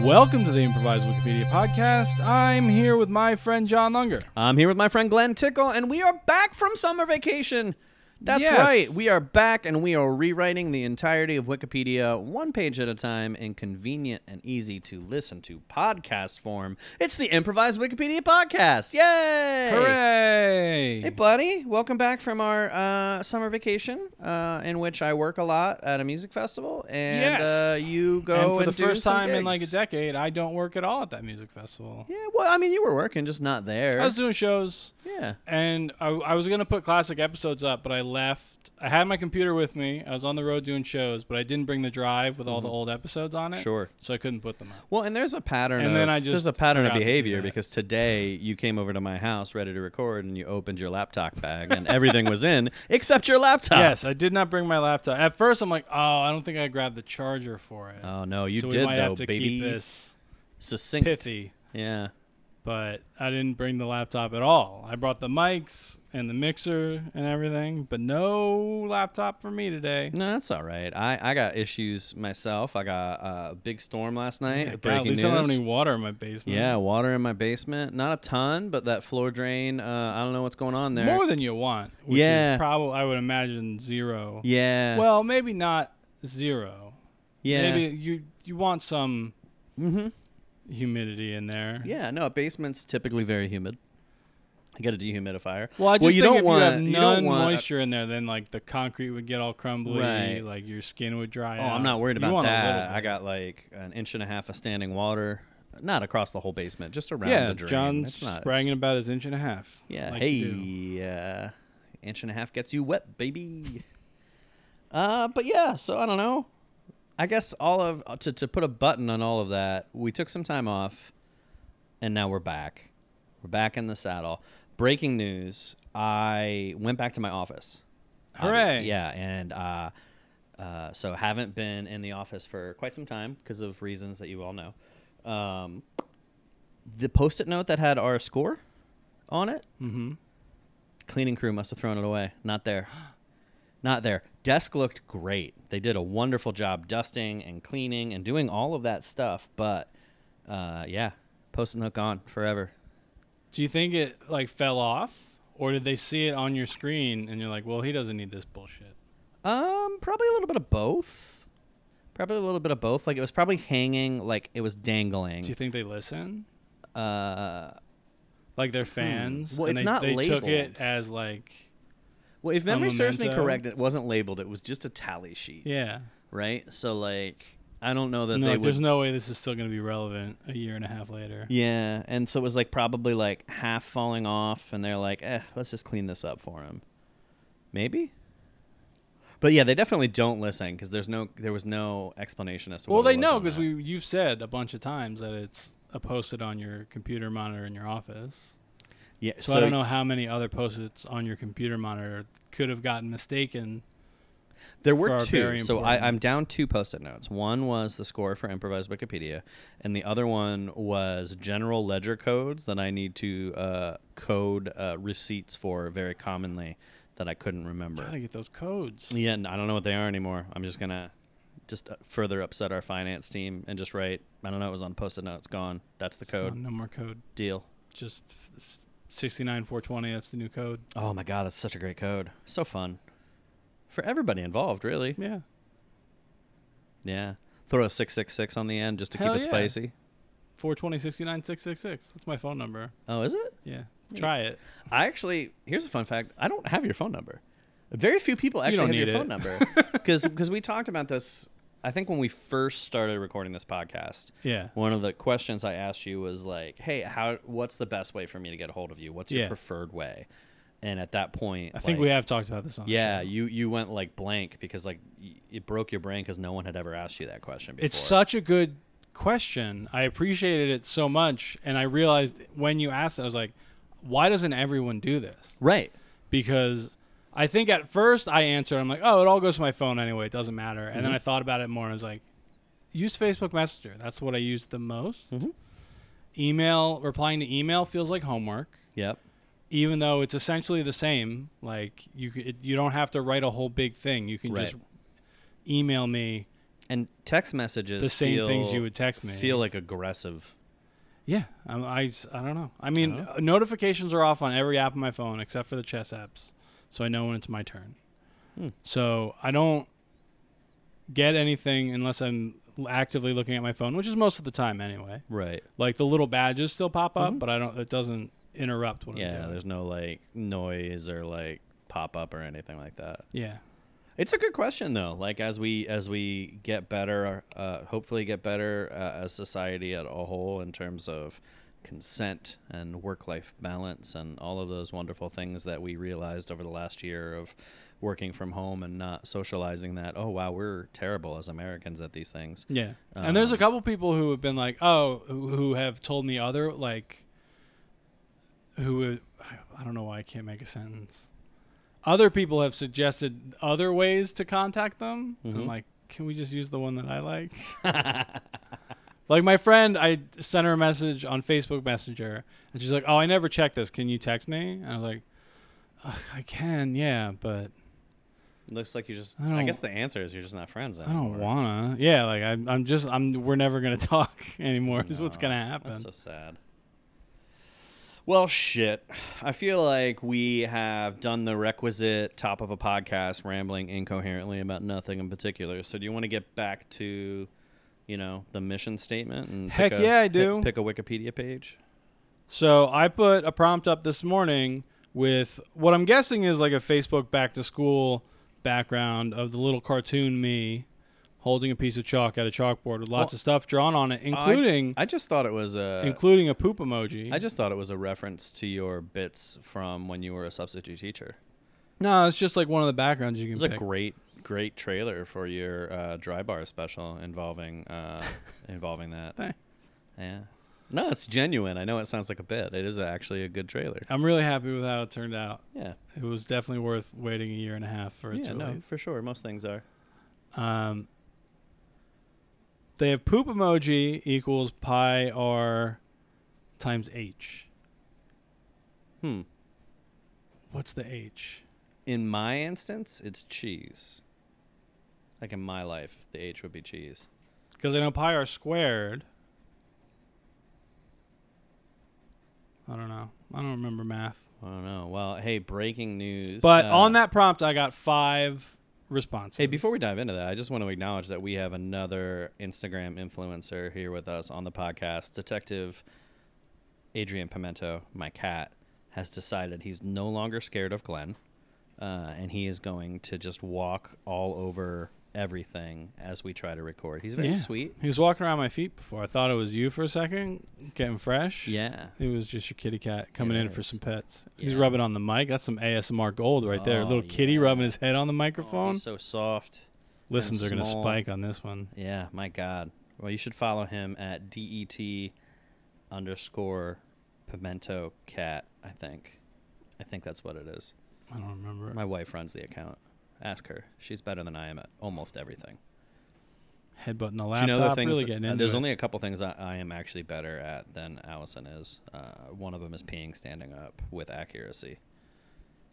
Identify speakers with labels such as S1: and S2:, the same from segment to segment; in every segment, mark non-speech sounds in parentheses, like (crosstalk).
S1: Welcome to the Improvised Wikipedia podcast. I'm here with my friend John Lunger.
S2: I'm here with my friend Glenn Tickle, and we are back from summer vacation. That's
S1: Yes.
S2: right. We are back and we are rewriting the entirety of Wikipedia one page at a time in convenient and easy to listen to podcast form. It's the Improvised Wikipedia Podcast. Yay!
S1: Hooray!
S2: Hey, buddy. Welcome back from our uh, summer vacation, uh, in which I work a lot at a music festival. And
S1: Yes.
S2: uh, you go
S1: and for the
S2: do
S1: first
S2: some
S1: time in like a
S2: gigs.
S1: decade, I don't work at all at that music festival.
S2: Yeah, well, I mean, you were working, just not there.
S1: I was doing shows,
S2: yeah.
S1: and I, I was gonna put classic episodes up, but I left. I had my computer with me. I was on the road doing shows, but I didn't bring the drive with all the old episodes on it.
S2: Mm-hmm. Sure.
S1: So I couldn't put them up.
S2: Well, and there's a pattern.
S1: And
S2: of,
S1: then I just
S2: there's a pattern of
S1: forgot to do
S2: behavior
S1: that.
S2: because today you came over to my house ready to record, and you opened your laptop bag, and everything
S1: (laughs)
S2: was in except your laptop.
S1: Yes, I did not bring my laptop. At first, I'm like, oh, I don't think I grabbed the charger for it.
S2: Oh no, you
S1: so
S2: did
S1: we might
S2: though,
S1: have to
S2: baby.
S1: keep this
S2: Succinct.
S1: pithy.
S2: Yeah.
S1: but I didn't bring the laptop at all. I brought the mics and the mixer and everything, but no laptop for me today.
S2: No, that's all right. I, I got issues myself. I got uh, a big storm last night.
S1: God,
S2: breaking
S1: at least
S2: news.
S1: I don't have any water in my basement.
S2: yeah, water in my basement. Not a ton, but that floor drain. Uh, I don't know what's going on there.
S1: more than you want. Which
S2: Yeah.
S1: is probably I would imagine zero.
S2: yeah.
S1: Well, maybe not zero.
S2: yeah. Mm-hmm.
S1: Maybe you you want some humidity in there.
S2: Yeah, no, a basement's typically very humid. You got a dehumidifier.
S1: Well, I just
S2: you
S1: think
S2: don't
S1: if
S2: want
S1: you have
S2: you
S1: none
S2: don't want,
S1: moisture in there, then like the concrete would get all crumbly,
S2: Right.
S1: like your skin would dry
S2: Oh,
S1: out.
S2: I'm not worried
S1: You
S2: about
S1: want a little
S2: that.
S1: bit.
S2: I got like an inch and a half of standing water, not across the whole basement, just around
S1: yeah,
S2: the drain.
S1: John's
S2: it's not,
S1: bragging about his inch and a half.
S2: Yeah,
S1: like you do.
S2: hey, uh, inch and a half gets you wet, baby. Uh, but yeah, so I don't know. I guess all of uh, to to put a button on all of that, we took some time off, and now we're back. We're back in the saddle. Breaking news: I went back to my office.
S1: Hooray.
S2: Obvi- Yeah, and uh, uh, so haven't been in the office for quite some time because of reasons that you all know. Um, the post-it note that had our score on it,
S1: Mm-hmm.
S2: cleaning crew must have thrown it away. Not there. Not there. Desk looked great. They did a wonderful job dusting and cleaning and doing all of that stuff. But uh, yeah, post-it note gone forever.
S1: Do you think it like fell off, or did they see it on your screen and you're like, "Well, he doesn't need this bullshit."
S2: Um, probably a little bit of both. Probably a little bit of both. Like it was probably hanging, like it was dangling.
S1: Do you think they listen?
S2: Uh,
S1: Like they're fans.
S2: Hmm. Well,
S1: and
S2: it's
S1: they,
S2: not
S1: they took
S2: labeled.
S1: it as like,
S2: well, if memory serves me
S1: memento?
S2: correct, it wasn't labeled. It was just a tally sheet,
S1: yeah.
S2: right? So like, I don't know that
S1: no,
S2: they
S1: like,
S2: would.
S1: there's no way this is still gonna be relevant a year and a half later.
S2: yeah, and so it was like probably like half falling off, and they're like, eh, let's just clean this up for him, maybe. But yeah, they definitely don't listen because there's no there was no explanation as to.
S1: Well,
S2: what it
S1: they
S2: was
S1: know
S2: on
S1: because
S2: that.
S1: we you've said a bunch of times that it's a post-it on your computer monitor in your office.
S2: yeah.
S1: So, I don't know how many other post-its on your computer monitor could have gotten mistaken.
S2: There
S1: for
S2: were
S1: our
S2: two.
S1: very
S2: So I,
S1: important-
S2: I'm down two post-it notes. One was the score for improvised Wikipedia, and the other one was general ledger codes that I need to uh, code uh, receipts for very commonly that I couldn't remember.
S1: Gotta get those codes.
S2: Yeah, and I don't know what they are anymore. I'm just gonna just uh, further upset our finance team and just write. I don't know. It was on post-it notes. Gone. That's the
S1: Oh,
S2: code.
S1: no more code.
S2: Deal.
S1: Just s- 69 420. That's the new code.
S2: Oh my god, that's such a great code. So fun for everybody involved, really.
S1: Yeah.
S2: Yeah. Throw a six six six on the end just to
S1: Hell
S2: keep it
S1: yeah.
S2: spicy.
S1: 420 69 666. That's my phone number.
S2: Oh, is it?
S1: Yeah.
S2: Yeah.
S1: Try it.
S2: I actually here's a fun fact. I don't have your phone number. Very few people actually
S1: don't
S2: have your
S1: need
S2: phone
S1: it. (laughs)
S2: number because we talked about this. I think when we first started recording this podcast,
S1: Yeah.
S2: one of the questions I asked you was like, "Hey, how? What's the best way for me to get a hold of you? What's your
S1: Yeah.
S2: preferred way?" And at that point,
S1: I think we have talked about this on the
S2: Yeah,
S1: show.
S2: you you went like blank because like y- it broke your brain because no one had ever asked you that question before.
S1: It's such a good question. I appreciated it so much. And I realized when you asked it, I was like, why doesn't everyone do this?
S2: right.
S1: because I think at first I answered, I'm like, oh, it all goes to my phone anyway. It doesn't matter. And
S2: Mm-hmm.
S1: then I thought about it more and I was like, use Facebook Messenger. That's what I use the most.
S2: Mhm.
S1: Email, replying to email feels like homework,
S2: Yep.
S1: even though it's essentially the same. Like, you, c- it, you don't have to write a whole big thing. You can
S2: Right.
S1: just email me
S2: And text messages
S1: The same things
S2: feel-
S1: you would text me.
S2: feel like aggressive.
S1: Yeah, I'm, I, s- I don't know. I mean,
S2: know.
S1: uh, notifications are off on every app on my phone except for the chess apps, so I know when it's my turn.
S2: Hmm.
S1: So I don't get anything unless I'm l- actively looking at my phone, which is most of the time anyway.
S2: Right.
S1: Like the little badges still pop up,
S2: Mhm.
S1: but I don't. It doesn't interrupt what I'm
S2: Yeah,
S1: doing.
S2: there's no like noise or like pop up or anything like that.
S1: yeah,
S2: It's a good question though. Like as we as we get better, uh, hopefully get better uh, as society at a whole in terms of consent and work life balance and all of those wonderful things that we realized over the last year of working from home and not socializing. That oh wow, we're terrible as Americans at these things.
S1: yeah. and there's a
S2: Um,
S1: couple people who have been like, oh, who, who have told me other like, who uh, I don't know why I can't make a sentence. Other people have suggested other ways to contact them.
S2: Mhm.
S1: I'm like, can we just use the one that I like? (laughs) like my friend, I sent her a message on Facebook Messenger, and she's like, "Oh, I never checked this. Can you text me?" And I was like, "Ugh, "I can, yeah, but
S2: Looks like you just.
S1: I
S2: I,
S1: don't-
S2: guess the answer is you're just not friends
S1: I
S2: anymore.
S1: don't wanna. Yeah, like I'm, I'm just, I'm. We're never gonna (laughs) talk anymore. Is what's
S2: No,
S1: gonna happen.
S2: That's so sad. Well, shit. I feel like we have done the requisite top of a podcast, rambling incoherently about nothing in particular. So, do you want to get back to, you know, the mission statement? And
S1: Heck
S2: pick a-
S1: yeah, I
S2: pick-
S1: do.
S2: Pick a Wikipedia page.
S1: So I put a prompt up this morning with what I'm guessing is like a Facebook back to school background of the little cartoon me holding a piece of chalk at a chalkboard with lots
S2: Oh.
S1: of stuff drawn on it, Uh, including
S2: I just thought it was a.
S1: including a poop emoji.
S2: I just thought it was a reference to your bits from when you were a substitute teacher.
S1: no, it's just like one of the backgrounds you
S2: It was
S1: can
S2: a
S1: pick.
S2: great, great trailer for your uh, dry bar special involving
S1: (laughs)
S2: uh, involving that.
S1: Thanks.
S2: Yeah. No, it's genuine. I know it sounds like a bit. It is actually a good trailer.
S1: I'm really happy with how it turned out.
S2: Yeah.
S1: It was definitely worth waiting a year and a half for it
S2: yeah,
S1: to
S2: no,
S1: release.
S2: for sure. Most things are.
S1: Um, they have poop emoji equals pi r times h.
S2: Hmm.
S1: What's the h?
S2: In my instance, it's cheese. Like in my life, the H would be cheese.
S1: Because I know pi r squared. I don't know. I don't remember math.
S2: I don't know. Well, hey, breaking news.
S1: But
S2: uh,
S1: on that prompt, I got five responses.
S2: Hey, before we dive into that, I just want to acknowledge that we have another Instagram influencer here with us on the podcast. Detective Adrian Pimento, my cat, has decided he's no longer scared of Glenn, uh, and he is going to just walk all over everything as we try to record. He's very
S1: Yeah.
S2: sweet.
S1: He was walking around my feet before. I thought it was you for a second, getting fresh.
S2: Yeah.
S1: It was just your kitty cat coming in
S2: it
S1: for
S2: is.
S1: some pets. He's
S2: Yeah.
S1: rubbing on the mic. That's some ASMR gold right there.
S2: Oh,
S1: Little kitty
S2: yeah.
S1: rubbing his head on the
S2: Oh,
S1: microphone.
S2: he's so soft.
S1: Listens are going to
S2: small.
S1: spike on this one.
S2: Yeah, my God. Well, you should follow him at det underscore pimento cat. I think, I think that's what it is.
S1: I don't remember.
S2: My wife runs the account. Ask her. She's better than I am at almost everything.
S1: Headbutting the
S2: Do
S1: laptop.
S2: you know the things?
S1: really getting
S2: uh,
S1: into
S2: there's
S1: it.
S2: only a couple things I, I am actually better at than Allison is. Uh, one of them is peeing standing up with accuracy.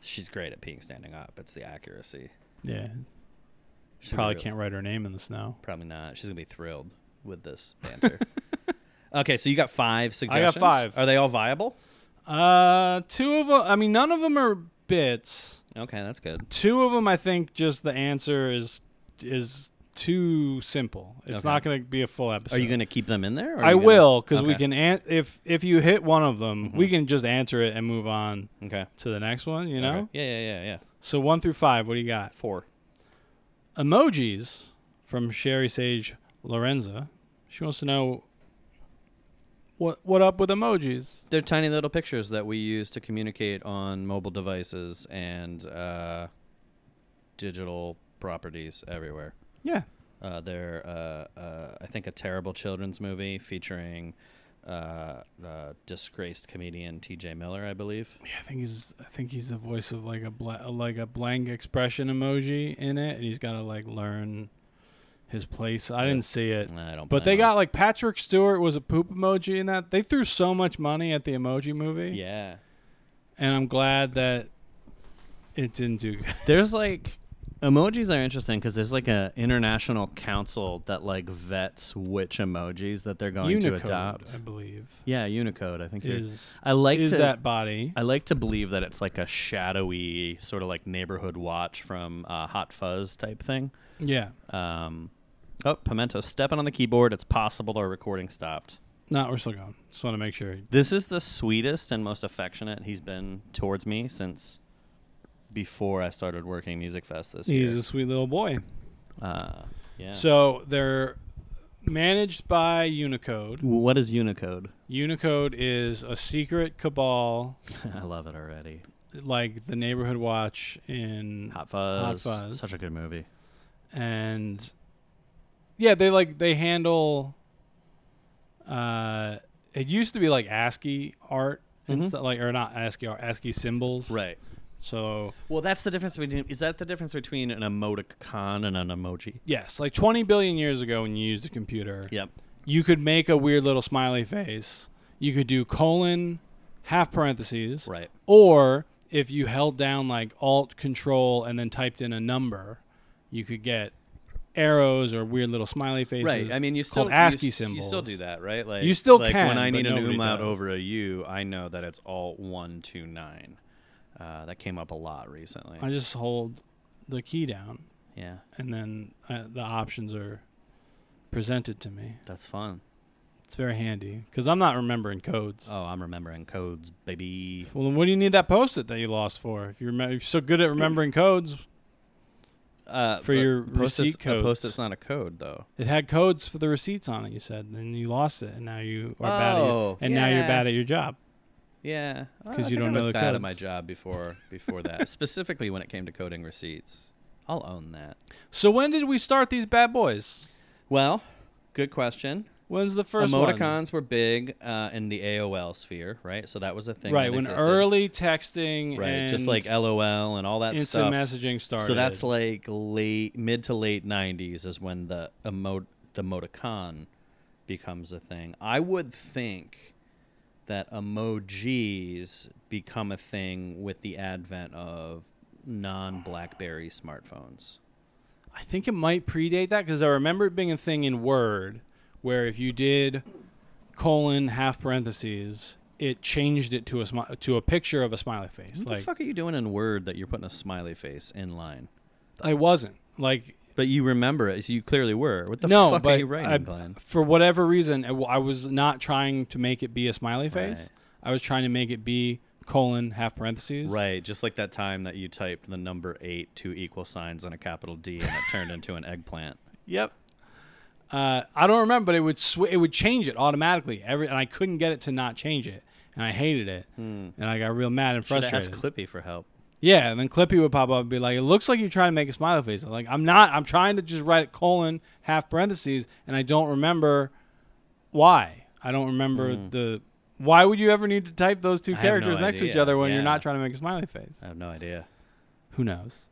S2: She's great at peeing standing up. It's the accuracy.
S1: Yeah.
S2: She's gonna
S1: Probably
S2: be-
S1: can't write her name in the snow.
S2: Probably not. She's gonna be thrilled
S1: (laughs)
S2: with this banter. okay, so you got five suggestions.
S1: five.
S2: Are they all viable?
S1: Uh, two of them. I mean, none of them are bits.
S2: Okay, that's good.
S1: Two of them, I think, just the answer is is too simple. It's
S2: Okay.
S1: not going to be a full episode.
S2: Are you gonna keep them in there? or are
S1: I
S2: you gonna-
S1: will because we
S2: Okay. Mm-hmm.
S1: can an- if if you hit one of them, we can just answer it and move on
S2: Okay.
S1: to the next one. You know.
S2: Okay. Yeah, yeah, yeah, yeah.
S1: So one through five, what do you got?
S2: Four.
S1: Emojis from Sherry Sage Lorenza. She wants to know what what up with emojis.
S2: They're tiny little pictures that we use to communicate on mobile devices and uh, digital properties everywhere.
S1: Yeah.
S2: Uh, they're, uh, uh, I think, a terrible children's movie featuring uh, uh, disgraced comedian T.J. Miller, I believe.
S1: Yeah, I think he's I think he's the voice of like a bla- like a blank expression emoji in it, and he's got to like learn his place. I
S2: Yeah.
S1: didn't see it,
S2: I don't.
S1: but they
S2: blame 'em.
S1: got like Patrick Stewart was a poop emoji in that. They threw so much money at the emoji movie,
S2: Yeah.
S1: and I'm glad that it didn't do good.
S2: There's like emojis are interesting because there's like a international council that like vets which emojis that they're going
S1: Unicode,
S2: to adopt.
S1: I believe,
S2: Yeah, Unicode. I think you're-
S1: is
S2: I like
S1: is
S2: to
S1: that body.
S2: I like to believe that it's like a shadowy sort of like neighborhood watch from uh, Hot Fuzz type thing.
S1: Yeah,
S2: Um, oh, Pimento stepping on the keyboard. It's possible our recording stopped.
S1: no, we're still going. Just want to make sure.
S2: This is the sweetest and most affectionate he's been towards me since before I started working Music Fest this
S1: He's
S2: year.
S1: a sweet little boy.
S2: Uh, yeah.
S1: So they're managed by Unicode.
S2: what is Unicode? (laughs)
S1: Unicode is a secret cabal,
S2: I love it already.
S1: like the Neighborhood Watch in
S2: Hot Fuzz.
S1: Fuzz.
S2: Such a good movie.
S1: and yeah, they like they handle. Uh, it used to be like ASCII art and
S2: Mhm.
S1: stuff, like or not ASCII art, ASCII symbols.
S2: Right.
S1: So
S2: Well, that's the difference between. Is that the difference between an emoticon and an emoji?
S1: yes, like 20 billion years ago, when you used a computer,
S2: Yep.
S1: you could make a weird little smiley face. You could do colon, half parentheses,
S2: Right.
S1: or if you held down like Alt Control and then typed in a number, you could get arrows or weird little smiley faces.
S2: Right. I mean, you still
S1: called ASCII
S2: you, s- You still
S1: symbols.
S2: do that, right? Like
S1: You still
S2: like
S1: can,
S2: When I
S1: but
S2: need an
S1: nobody
S2: umlaut
S1: does.
S2: over a U, I know that it's alt one two nine. Uh, that came up a lot recently.
S1: I just hold the key down,
S2: yeah,
S1: and then uh, the options are presented to me.
S2: that's fun.
S1: It's very handy because I'm not remembering codes.
S2: Oh, I'm remembering codes, baby.
S1: Well, then what do you need that post-it that you lost for? If you remember, you're so good at remembering codes,
S2: Uh,
S1: For
S2: but
S1: your
S2: post-its-
S1: receipt
S2: a
S1: codes.
S2: Post-it's not a code though.
S1: it had codes for the receipts on it. You said, and you lost it, and now you are bad. At your,
S2: Oh,
S1: and now you're
S2: yeah.
S1: bad at your job.
S2: Yeah,
S1: 'Cause
S2: I
S1: you
S2: think
S1: don't
S2: I
S1: know
S2: was
S1: the
S2: bad
S1: codes.
S2: at my job before before (laughs) that. Specifically when it came to coding receipts, I'll own that.
S1: So when did we start these bad boys?
S2: Well, good question.
S1: When's the first
S2: Emoticons
S1: one?
S2: were big uh, in the AOL sphere, right? So that was a thing.
S1: Right
S2: that
S1: when
S2: existed.
S1: early texting,
S2: right?
S1: and
S2: Just like LOL and all that
S1: instant
S2: stuff.
S1: messaging started.
S2: So that's like late, mid to late '90s is when the emo- the emoticon becomes a thing. I would think that emojis become a thing with the advent of non-BlackBerry smartphones.
S1: I think it might predate that because I remember it being a thing in Word where if you did colon half parentheses, it changed it to a smi- to a picture of a smiley face.
S2: What
S1: like
S2: the fuck are you doing in Word that you're putting a smiley face in line?
S1: I wasn't like
S2: But you remember it. So you clearly were. What the
S1: no,
S2: fuck
S1: but
S2: are you writing,
S1: I- (laughs)
S2: Glenn?
S1: for whatever reason, I w- I was not trying to make it be a smiley face.
S2: Right.
S1: I was trying to make it be colon half parentheses.
S2: Right, just like that time that you typed the number eight two equal signs on a capital D and it turned into an eggplant.
S1: Yep. Uh, I don't remember, but it would sw- it would change it automatically every, and I couldn't get it to not change it, and I hated it, and I got real mad and
S2: Should have
S1: frustrated.
S2: Hmm. asked Clippy for help.
S1: Yeah, and then Clippy would pop up and be like, "It looks like you're trying to make a smiley face." I'm like, "I'm not. I'm trying to just write colon half parentheses, and I don't remember why. I don't remember the why would you ever need to type those two
S2: Hmm. I have
S1: characters
S2: no
S1: next to each
S2: idea.
S1: other when you're
S2: Yeah.
S1: not trying to make a smiley face?
S2: I have no idea.
S1: Who knows?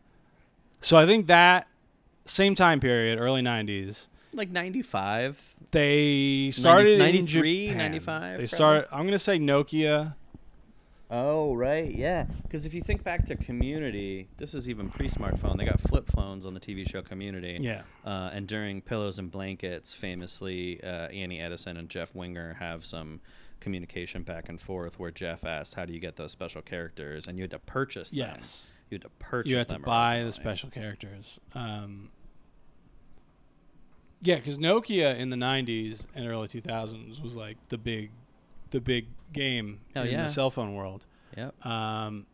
S1: So I think that same time period, early '90s,
S2: Like 95.
S1: they started in
S2: 93,
S1: Japan.
S2: 95
S1: They
S2: probably?
S1: start. I'm gonna say Nokia.
S2: Oh, right, yeah. Because if you think back to Community, this is even pre smartphone. They got flip phones on the TV show Community.
S1: Yeah.
S2: Uh, and during Pillows and Blankets, famously, uh, Annie Edison and Jeff Winger have some communication back and forth where Jeff asks, How do you get those special characters? And you had to purchase them.
S1: Yes.
S2: You had to purchase
S1: you have to
S2: them.
S1: buy the
S2: originally.
S1: special characters. Um, yeah, because Nokia in the '90s and early 2000s was like the big, the big game
S2: Oh,
S1: in
S2: yeah.
S1: the cell phone world.
S2: Yep.
S1: Um,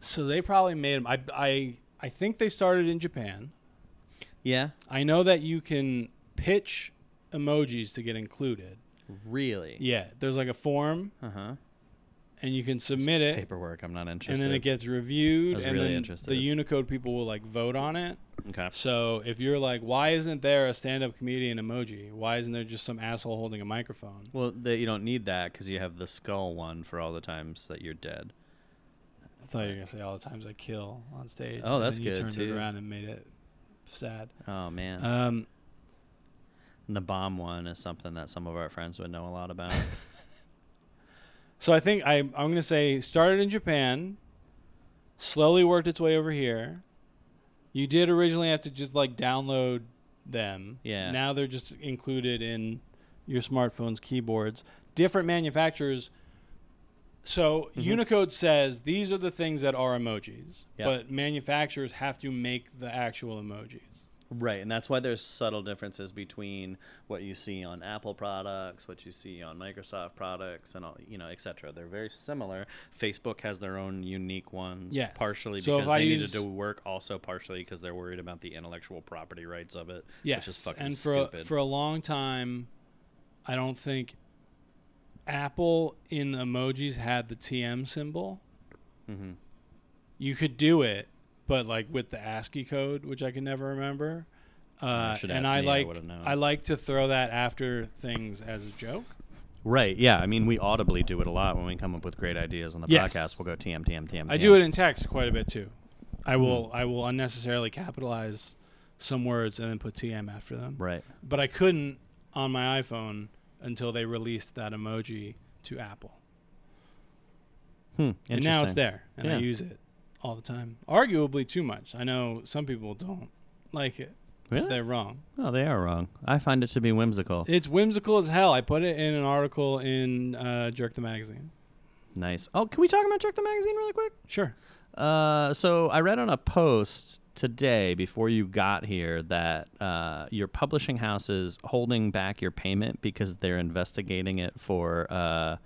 S1: so they probably made them. I, I, I think they started in Japan.
S2: Yeah.
S1: I know that you can pitch emojis to get included.
S2: Really?
S1: Yeah, there's like a form,
S2: Uh huh.
S1: and you can submit it.
S2: Paperwork. I'm not
S1: and
S2: interested.
S1: then it gets reviewed,
S2: was
S1: and
S2: really
S1: then
S2: interested.
S1: the Unicode people will like vote on it.
S2: okay.
S1: So if you're like, why isn't there a stand-up comedian emoji? Why isn't there just some asshole holding a microphone?
S2: Well, they, you don't need that because you have the skull one for all the times that you're dead.
S1: I thought you were gonna say all the times I kill on stage.
S2: Oh,
S1: and
S2: that's
S1: then you
S2: good,
S1: Turned it
S2: too.
S1: around and made it sad.
S2: Oh man.
S1: Um,
S2: and the bomb one is something that some of our friends would know a
S1: (laughs)
S2: lot about.
S1: so I think I I'm gonna say started in Japan, slowly worked its way over here. You did originally have to just like download them.
S2: Yeah.
S1: Now they're just included in your smartphone's keyboards. Different manufacturers. So Unicode says these are the things that are emojis,
S2: Yep.
S1: but manufacturers have to make the actual emojis.
S2: Right, and that's why there's subtle differences between what you see on Apple products, what you see on Microsoft products, and all you know, etc. They're very similar. Facebook has their own unique ones,
S1: Yes.
S2: partially
S1: So if
S2: because
S1: I
S2: they
S1: use-
S2: needed to work, also partially because they're worried about the intellectual property rights of it,
S1: Yes,
S2: which is fucking
S1: and for A,
S2: stupid.
S1: for a long time, I don't think Apple in the emojis had the TM symbol.
S2: hmm
S1: You could do it, but like with the ASCII code, which I can never remember. Uh,
S2: should've
S1: and
S2: asked
S1: I
S2: me, I
S1: like
S2: would've known.
S1: I like to throw that after things as a joke.
S2: Right, yeah. I mean, we audibly do it a lot when we come up with great ideas on the
S1: Yes.
S2: podcast. We'll go TM, TM, TM.
S1: I do it in text quite a bit too.
S2: Hmm.
S1: I will I will unnecessarily capitalize some words and then put TM after them.
S2: Right.
S1: But I couldn't on my iPhone until they released that emoji to Apple.
S2: Hmm.
S1: and now it's
S2: interesting.
S1: there and i
S2: Yeah.
S1: use it all the time arguably too much i know some people don't like it
S2: Really?
S1: they're wrong
S2: Oh, they are wrong. I find it to be whimsical.
S1: it's whimsical as hell i put it in an article in uh, jerk the magazine
S2: nice. Oh, can we talk about Check the Magazine really quick?
S1: sure
S2: Uh, so I read on a post today before you got here that uh, your publishing house is holding back your payment because they're investigating it for uh,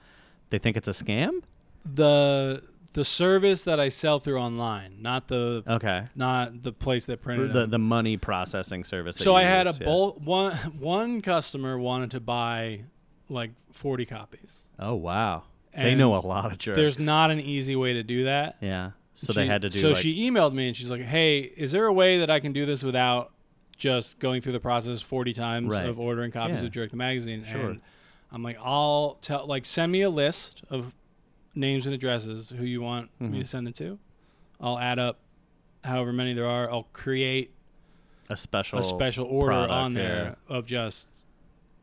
S2: they think it's a scam.
S1: the the service that i sell through online not the
S2: Okay,
S1: not the place that printed
S2: Oh. the
S1: them.
S2: the money processing service. that
S1: so
S2: you
S1: i had a
S2: use, yeah.
S1: bol- one (laughs) one customer wanted to buy like 40 copies
S2: Oh wow, they know a lot of jerks.
S1: there's not an easy way to do that
S2: Yeah, so
S1: She-
S2: they had to do.
S1: So
S2: like,
S1: she emailed me and she's like, "Hey, is there a way that I can do this without just going through the process forty times
S2: Right.
S1: of ordering copies
S2: Yeah.
S1: of Jerk the magazine?"
S2: Sure.
S1: And I'm like, "I'll tell like send me a list of names and addresses who you want
S2: Mm-hmm.
S1: me to send it to. I'll add up however many there are. I'll create
S2: a special
S1: a special order
S2: Oh, product,
S1: on
S2: yeah.
S1: there of just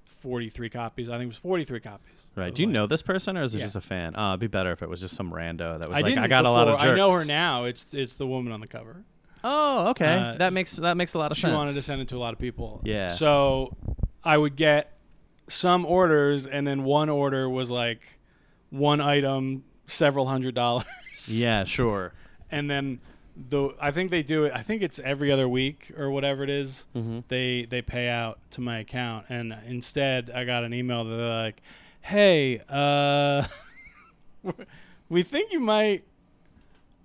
S1: forty three copies. I think it was forty three copies.
S2: Right? Do you
S1: Like-
S2: know this person, or is it
S1: Yeah.
S2: just a fan? Oh, it'd be better if it was just some rando that was
S1: I
S2: like,
S1: didn't.
S2: I got a lot of
S1: before.
S2: jerks.
S1: I know her now. It's it's the woman on the cover.
S2: Oh, okay.
S1: Uh,
S2: that makes that makes a lot of
S1: she
S2: sense.
S1: wanted to send it to a lot of people.
S2: Yeah.
S1: So I would get some orders, and then one order was like one item, several hundred dollars.
S2: Yeah, sure.
S1: And then the I think they do it. I think it's every other week or whatever it is,
S2: Mm-hmm.
S1: They they pay out to my account, and instead I got an email that they're like, "Hey, uh, (laughs) we think you might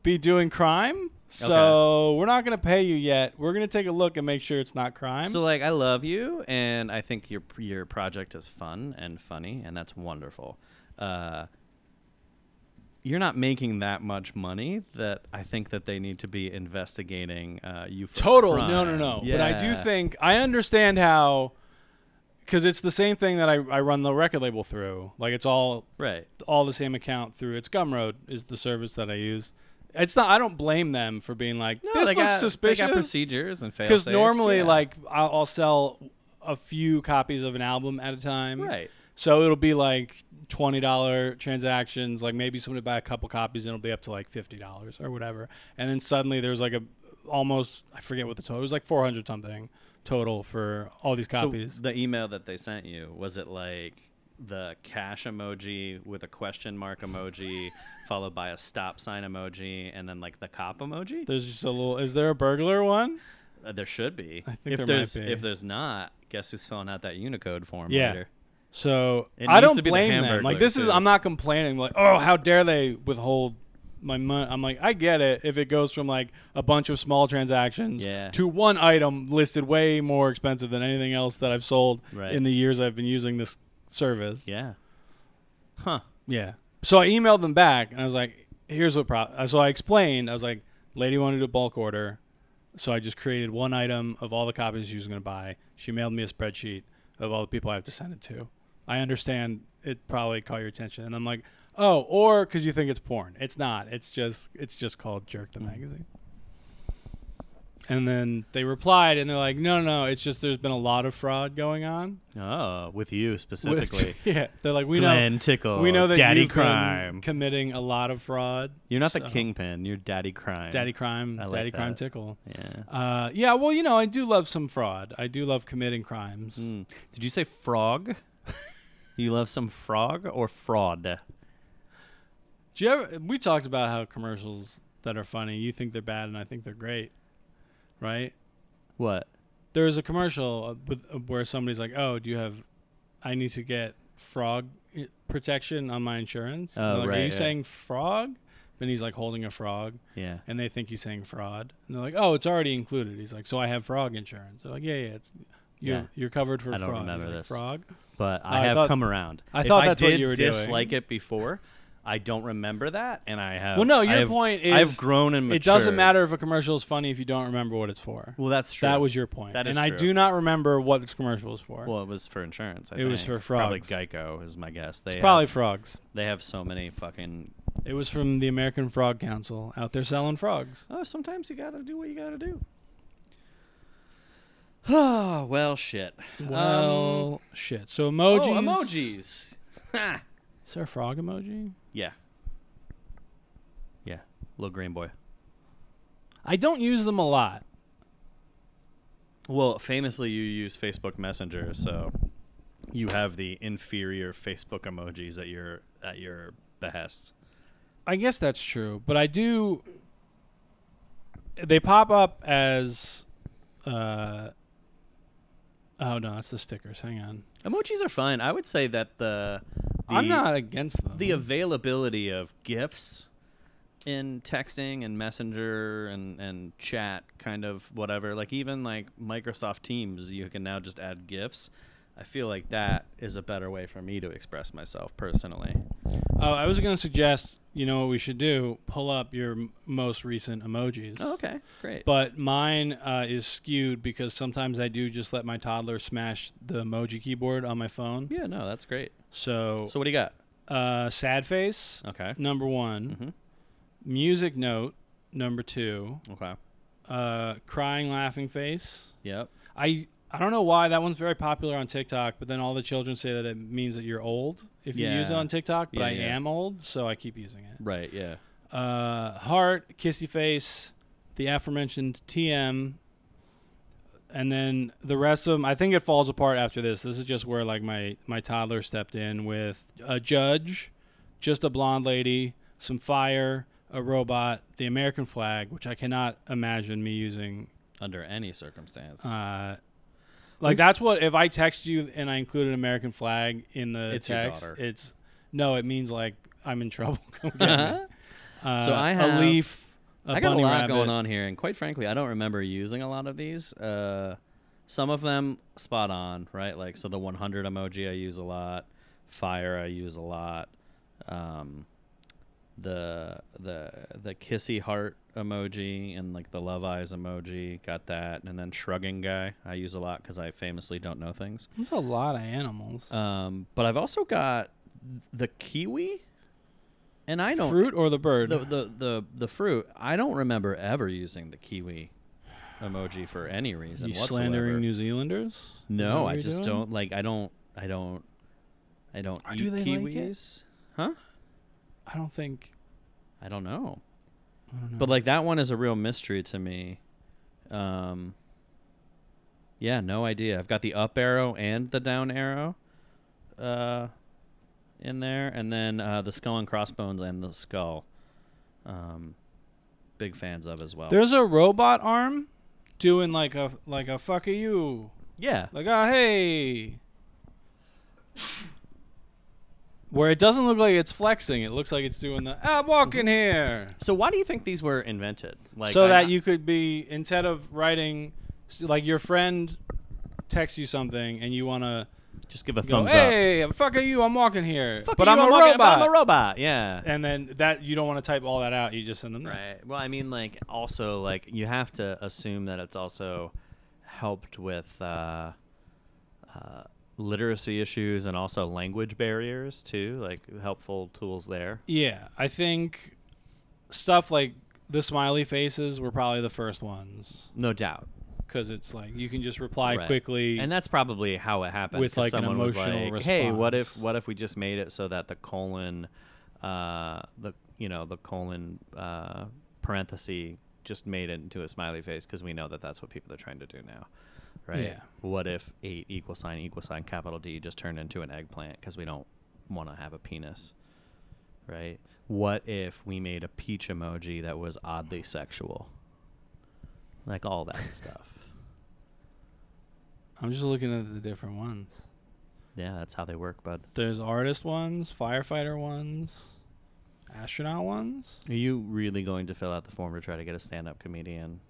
S1: be doing crime." So we're not gonna pay you yet. We're gonna take a look and make sure it's not crime.
S2: So like, I love you, and I think your your project is fun and funny, and that's wonderful. Uh, you're not making that much money that I think that they need to be investigating uh, you for
S1: Total.
S2: crime.
S1: No, no, no. But I do
S2: Yeah.
S1: think I understand how, because it's the same thing that I, I run the record label through. Like it's all
S2: right.
S1: all the same account through. It's Gumroad is the service that I use. It's not. I don't blame them for being like
S2: No,
S1: this
S2: they
S1: looks
S2: got, They got
S1: suspicious.
S2: procedures and fail
S1: Because
S2: safes,
S1: normally,
S2: yeah.
S1: like I'll, I'll sell a few copies of an album at a time.
S2: right.
S1: So it'll be like twenty dollar transactions. Like maybe somebody buy a couple copies, and it'll be up to like fifty dollars or whatever. And then suddenly there's like a almost I forget what the total. It was like four hundred something total for all these copies.
S2: So the email that they sent you was it like the cash emoji with a question mark emoji followed by a stop sign emoji and then like the cop emoji?
S1: there's just a little. Is there a burglar one?
S2: Uh, there should be.
S1: I think there might
S2: if there's
S1: be.
S2: if there's not, guess who's filling out that Unicode form
S1: Yeah.
S2: later?
S1: So
S2: It
S1: I
S2: needs
S1: don't
S2: to be the
S1: blame them. Like
S2: Hamburglar,
S1: this is
S2: too.
S1: I'm not complaining. Like oh how dare they withhold my money? I'm like I get it if it goes from like a bunch of small transactions
S2: Yeah.
S1: to one item listed way more expensive than anything else that I've sold
S2: Right.
S1: in the years I've been using this service.
S2: Yeah. Huh.
S1: Yeah. So I emailed them back and I was like, here's what problem. So I explained, I was like, lady wanted a bulk order. So I just created one item of all the copies she was going to buy. She mailed me a spreadsheet of all the people I have to send it to. I understand it probably caught your attention. And I'm like, oh, or because you think it's porn. It's not. It's just, it's just called Jerk the Magazine. And then they replied, and they're like, "No, no, no, it's just there's been a lot of fraud going on." (laughs)
S2: Oh, with you
S1: with-
S2: specifically.
S1: yeah, they're like, (laughs) "We
S2: Glenn
S1: know,
S2: Tickle.
S1: we know that
S2: Oh, Daddy
S1: you've been
S2: Crime.
S1: committing a lot of fraud.
S2: You're not the
S1: so-
S2: kingpin. You're Daddy Crime.
S1: Daddy crime,
S2: I like
S1: daddy crime
S2: that.
S1: tickle.
S2: Yeah.
S1: Uh, yeah, well, you know, I do love some fraud. I do love committing crimes.
S2: Mm. Did you say frog? (laughs) you love some frog or fraud?
S1: Do you ever, we talked about how commercials that are funny, you think they're bad, and I think they're great, right?
S2: What?
S1: There was a commercial with, where somebody's like, "Oh, do you have? I need to get frog i- protection on my insurance." And
S2: Oh,
S1: they're like,
S2: right,
S1: Are you
S2: yeah.
S1: saying frog? And he's like holding a frog,
S2: Yeah.
S1: and they think he's saying fraud, and they're like, "Oh, it's already included." He's like, "So I have frog insurance?" They're like, "Yeah, yeah, it's you're,
S2: Yeah.
S1: you're covered for
S2: I don't
S1: fraud."
S2: remember
S1: He's like,
S2: this.
S1: Frog.
S2: But
S1: I
S2: I have
S1: thought-
S2: come around.
S1: I
S2: If
S1: thought that's
S2: I
S1: what
S2: did
S1: you were doing.
S2: dislike it before. I don't remember that, and I have.
S1: Well, no,
S2: I
S1: your
S2: have-
S1: point
S2: I have
S1: is
S2: grown and matured.
S1: It doesn't matter if a commercial is funny if you don't remember what it's for.
S2: Well, that's true.
S1: That was your point.
S2: That is
S1: and I
S2: true.
S1: do not remember what this commercial was for.
S2: Well, it was for insurance. I
S1: It was
S2: think.
S1: for
S2: Probably
S1: frogs.
S2: Geico is my guess. They
S1: Probably
S2: have,
S1: frogs.
S2: they have so many fucking.
S1: It was from the American Frog Council out there selling frogs.
S2: Oh, sometimes you gotta do what you gotta do. (sighs)
S3: Oh, well, shit. um,
S1: Well, shit. So
S3: oh,
S1: emojis.
S3: emojis. Ha!
S1: Is there a frog emoji?
S2: Yeah. Yeah, little green boy.
S1: I don't use them a lot.
S2: Well, famously, you use Facebook Messenger, so you have the inferior Facebook emojis at your at your behest.
S1: I guess that's true, but I do. They pop up as. Uh, oh no, that's the stickers. Hang on.
S2: Emojis are fine. I would say that the, the
S1: I'm not against them.
S2: the availability of gifts in texting and messenger and, and chat kind of whatever like even like microsoft teams you can now just add gifts i feel like that is a better way for me to express myself personally
S1: Oh, I was going to suggest, you know what we should do? Pull up your m- most recent emojis.
S2: oh, okay great
S1: But mine uh, is skewed because sometimes I do just let my toddler smash the emoji keyboard on my phone.
S2: yeah no that's great
S1: So,
S2: so what do you got
S1: uh, sad face,
S2: okay
S1: number one.
S2: Mhm.
S1: Music note, number two.
S2: okay
S1: Uh, crying laughing face.
S2: yep
S1: I I don't know why that one's very popular on TikTok, but then all the children say that it means that you're old if you use it
S2: Yeah.
S1: on TikTok. But
S2: Yeah,
S1: I
S2: yeah.
S1: am old, so I keep using it.
S2: right yeah
S1: uh, heart, kissy face, the aforementioned TM, and then the rest of them. I think it falls apart after this. This is just where like my my toddler stepped in with a judge, just a blonde lady, some fire, a robot, the American flag, which I cannot imagine me using.
S2: under any circumstance
S1: Uh, like that's what if I text you and I include an American flag in the
S2: It's your
S1: text,
S2: daughter.
S1: it's no, it means like I'm in trouble. (laughs) Come get me.
S2: Uh-huh. (laughs)
S1: Uh,
S3: So I have-
S1: a leaf. I
S2: I got a
S1: bunny
S2: lot
S1: rabbit.
S2: going on here, and quite frankly, I don't remember using a lot of these. Uh, some of them spot on, right? Like so, the 100 emoji I use a lot, fire I use a lot, um, the the the kissy heart emoji and like the love eyes emoji. Got that, and then shrugging guy I use a lot because I famously don't know things.
S1: There's a lot of animals.
S2: Um, but I've also got the kiwi, and I don't
S1: Fruit or the bird?
S2: the, the the the fruit. I don't remember ever using the kiwi emoji for any reason
S1: you
S2: whatsoever.
S1: slandering New Zealanders? Is that
S2: no,
S1: what
S2: I
S1: you're
S2: just
S1: doing?
S2: don't like. I don't. I don't. I don't
S1: Or
S2: eat
S1: do they like it?
S2: kiwis. huh?
S1: I don't think.
S2: I don't know.
S1: I don't know.
S2: But like that one is a real mystery to me. Um. Yeah, no idea. I've got the up arrow and the down arrow, uh, in there, and then uh, the skull and crossbones and the skull. Um, big fans of as well.
S1: there's a robot arm doing like a like a fuck you,
S2: yeah,
S1: like ah hey. Where it doesn't look like it's flexing, it looks like it's doing the I'm walking here,
S2: So why do you think these were invented? Like
S1: so
S2: I'm
S1: that
S2: not-
S1: you could be instead of writing, s- like your friend texts you something and you want to
S2: just give a
S1: go,
S2: thumbs up.
S1: hey, fuck you, I'm walking here.
S2: Fuck
S1: but
S2: you,
S1: I'm, a
S2: walking-
S1: robot.
S2: I'm a robot. Yeah.
S1: And then that you don't want to type all that out. You just send them that.
S2: Right. Well, I mean, like also like you have to assume that it's also helped with uh, uh, literacy issues and also language barriers too. Like helpful tools there.
S1: Yeah, I think stuff like the smiley faces were probably the first ones
S2: no doubt.
S1: because it's like you can just reply
S2: Right.
S1: quickly.
S2: and that's probably how it happened.
S1: With,
S2: 'cause
S1: like, an
S2: someone was
S1: emotional
S2: like, Hey, what if
S1: response.
S2: what if we just made it so that the colon, uh, the you know the colon uh, parenthesis just made it into a smiley face because we know that that's what people are trying to do now, right?
S1: Yeah.
S2: What if eight equal sign equal sign capital D just turned into an eggplant because we don't want to have a penis, right? What if we made a peach emoji that was oddly sexual, like all that stuff?
S1: I'm just looking at the different ones.
S2: Yeah, that's how they work, bud.
S1: There's artist ones, firefighter ones, astronaut ones.
S2: Are you really going to fill out the form to try to get a stand-up comedian?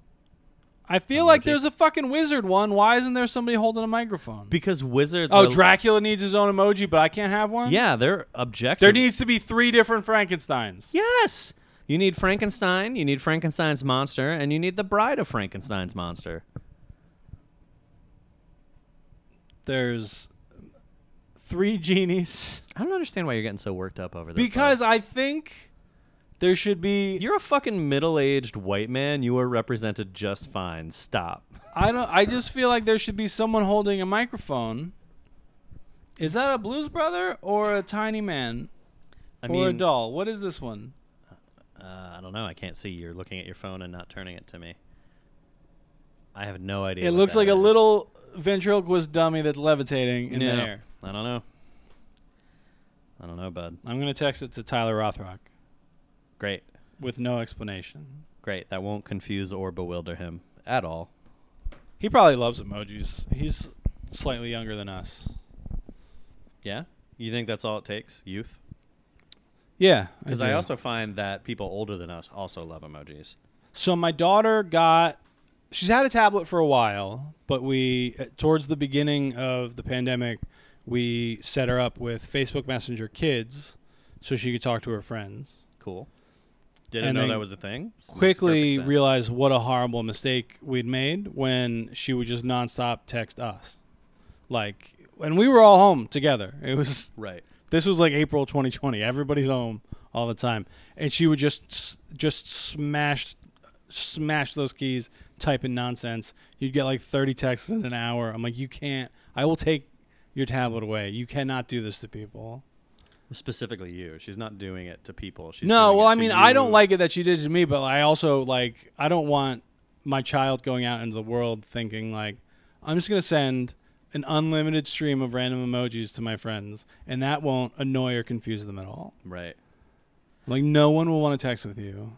S1: I feel like
S2: Emoji.
S1: there's a fucking wizard one. Why isn't there somebody holding a microphone?
S2: Because wizards.
S1: oh,
S2: are-
S1: Dracula needs his own emoji, but I can't have one?
S2: Yeah, they're objective.
S1: There needs to be three different Frankensteins.
S2: Yes, you need Frankenstein. You need Frankenstein's monster, and you need the bride of Frankenstein's monster.
S1: There's three genies.
S2: I don't understand why you're getting so worked up over this. bud.
S1: Because I think there should be.
S2: you're a fucking middle-aged white man. You are represented just fine. Stop.
S1: I don't. I just feel like there should be someone holding a microphone. Is that a blues brother or a tiny man
S2: I
S1: or a
S2: mean, uh,
S1: doll? What is this one?
S2: I don't know. I can't see. You're looking at your phone and not turning it to me. I have no idea.
S1: It
S2: what
S1: looks
S2: that
S1: like a
S2: is.
S1: little ventriloquist dummy that's levitating in
S2: Yeah.
S1: the air.
S2: I don't know. I don't know, bud.
S1: I'm gonna text it to Tyler Rothrock
S2: Great.
S1: with no explanation.
S2: Great. That won't confuse or bewilder him at all.
S1: He probably loves emojis. He's slightly younger than us.
S2: Yeah? You think that's all it takes? Youth?
S1: Yeah,
S2: Because I,
S1: do.
S2: also find that people older than us also love emojis.
S1: So my daughter got she's had a tablet for a while, but we uh, towards the beginning of the pandemic, we set her up with Facebook Messenger Kids so she could talk to her friends.
S2: Cool. Didn't
S1: And
S2: know
S1: then
S2: that was a thing. S- makes perfect
S1: Quickly
S2: sense.
S1: realized what a horrible mistake we'd made when she would just nonstop text us. Like and we were all home together. It was
S2: Right.
S1: this was like April 2020. Everybody's home all the time, and she would just just smash smash those keys, type in nonsense. You'd get like 30 texts in an hour. I'm like, you can't. I will take your tablet away. You cannot do this to people.
S2: Specifically you. She's not doing it to people. She's
S1: no,
S2: doing
S1: well,
S2: it
S1: I
S2: to
S1: mean, I
S2: you.
S1: don't like it that she did it to me, but I also like I don't want my child going out into the world thinking like I'm just gonna send an unlimited stream of random emojis to my friends, and that won't annoy or confuse them at all.
S2: Right.
S1: Like no one will want to text with you.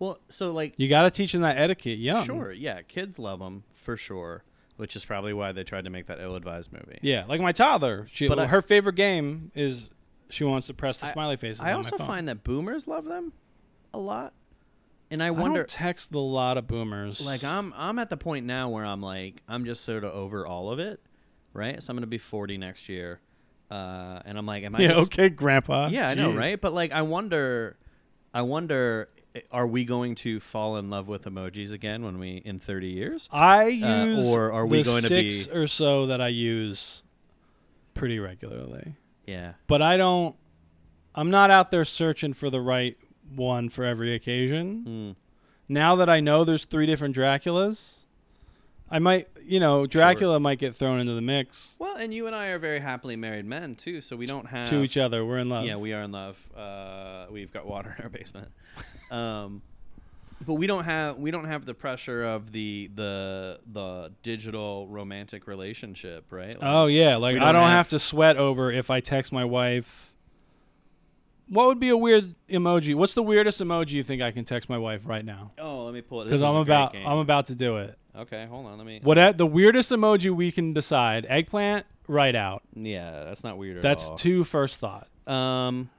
S2: Well, so like
S1: You got to teach them that etiquette young.
S2: sure, yeah, kids love them for sure, which is probably why they tried to make that ill-advised movie.
S1: Yeah, like my toddler. She
S2: But I-
S1: her favorite game is she wants to press the
S2: I-
S1: smiley faces.
S2: I
S1: on my
S2: also
S1: phone.
S2: find that boomers love them a lot. And I
S1: I
S2: wonder
S1: don't text a lot of boomers.
S2: like I'm I'm at the point now where I'm like I'm just sort of over all of it, right? So I'm gonna be 40 next year, uh, and I'm like, am
S1: (laughs) (laughs)
S2: I?
S1: yeah,
S2: just-
S1: okay, grandpa.
S2: Yeah, I know,
S1: Jeez.
S2: right? But like, I wonder, I wonder, i- are we going to fall in love with emojis again when we in 30 years?
S1: I
S2: Uh,
S1: use
S2: or are we
S1: the
S2: going to
S1: six
S2: be-
S1: or so that I use pretty regularly,
S2: Yeah,
S1: but I don't. I'm not out there searching for the right one for every occasion.
S2: Mm.
S1: Now that I know there's three different Draculas, I might, you know, Dracula might get thrown into the mix.
S2: Well, and you and I are very happily married men too, so we don't have
S1: to each other. We're in love.
S2: Yeah, we are in love. Uh, we've got water in our basement, um, but we don't have we don't have the pressure of the the the digital romantic relationship, right? Like,
S1: oh yeah, like
S2: We
S1: I
S2: don't
S1: don't have,
S2: have-
S1: to sweat over if I text my wife. What would be a weird emoji? What's the weirdest emoji you think I can text my wife right now?
S2: oh, let me pull it
S1: Because
S2: This is
S1: I'm
S2: a great
S1: about
S2: game.
S1: I'm about to do it.
S2: okay, hold on, let me.
S1: What the weirdest emoji we can decide? Eggplant, right out.
S2: Yeah, that's not weird.
S1: That's
S2: at all.
S1: two first
S2: (laughs)
S1: thought.
S2: Um,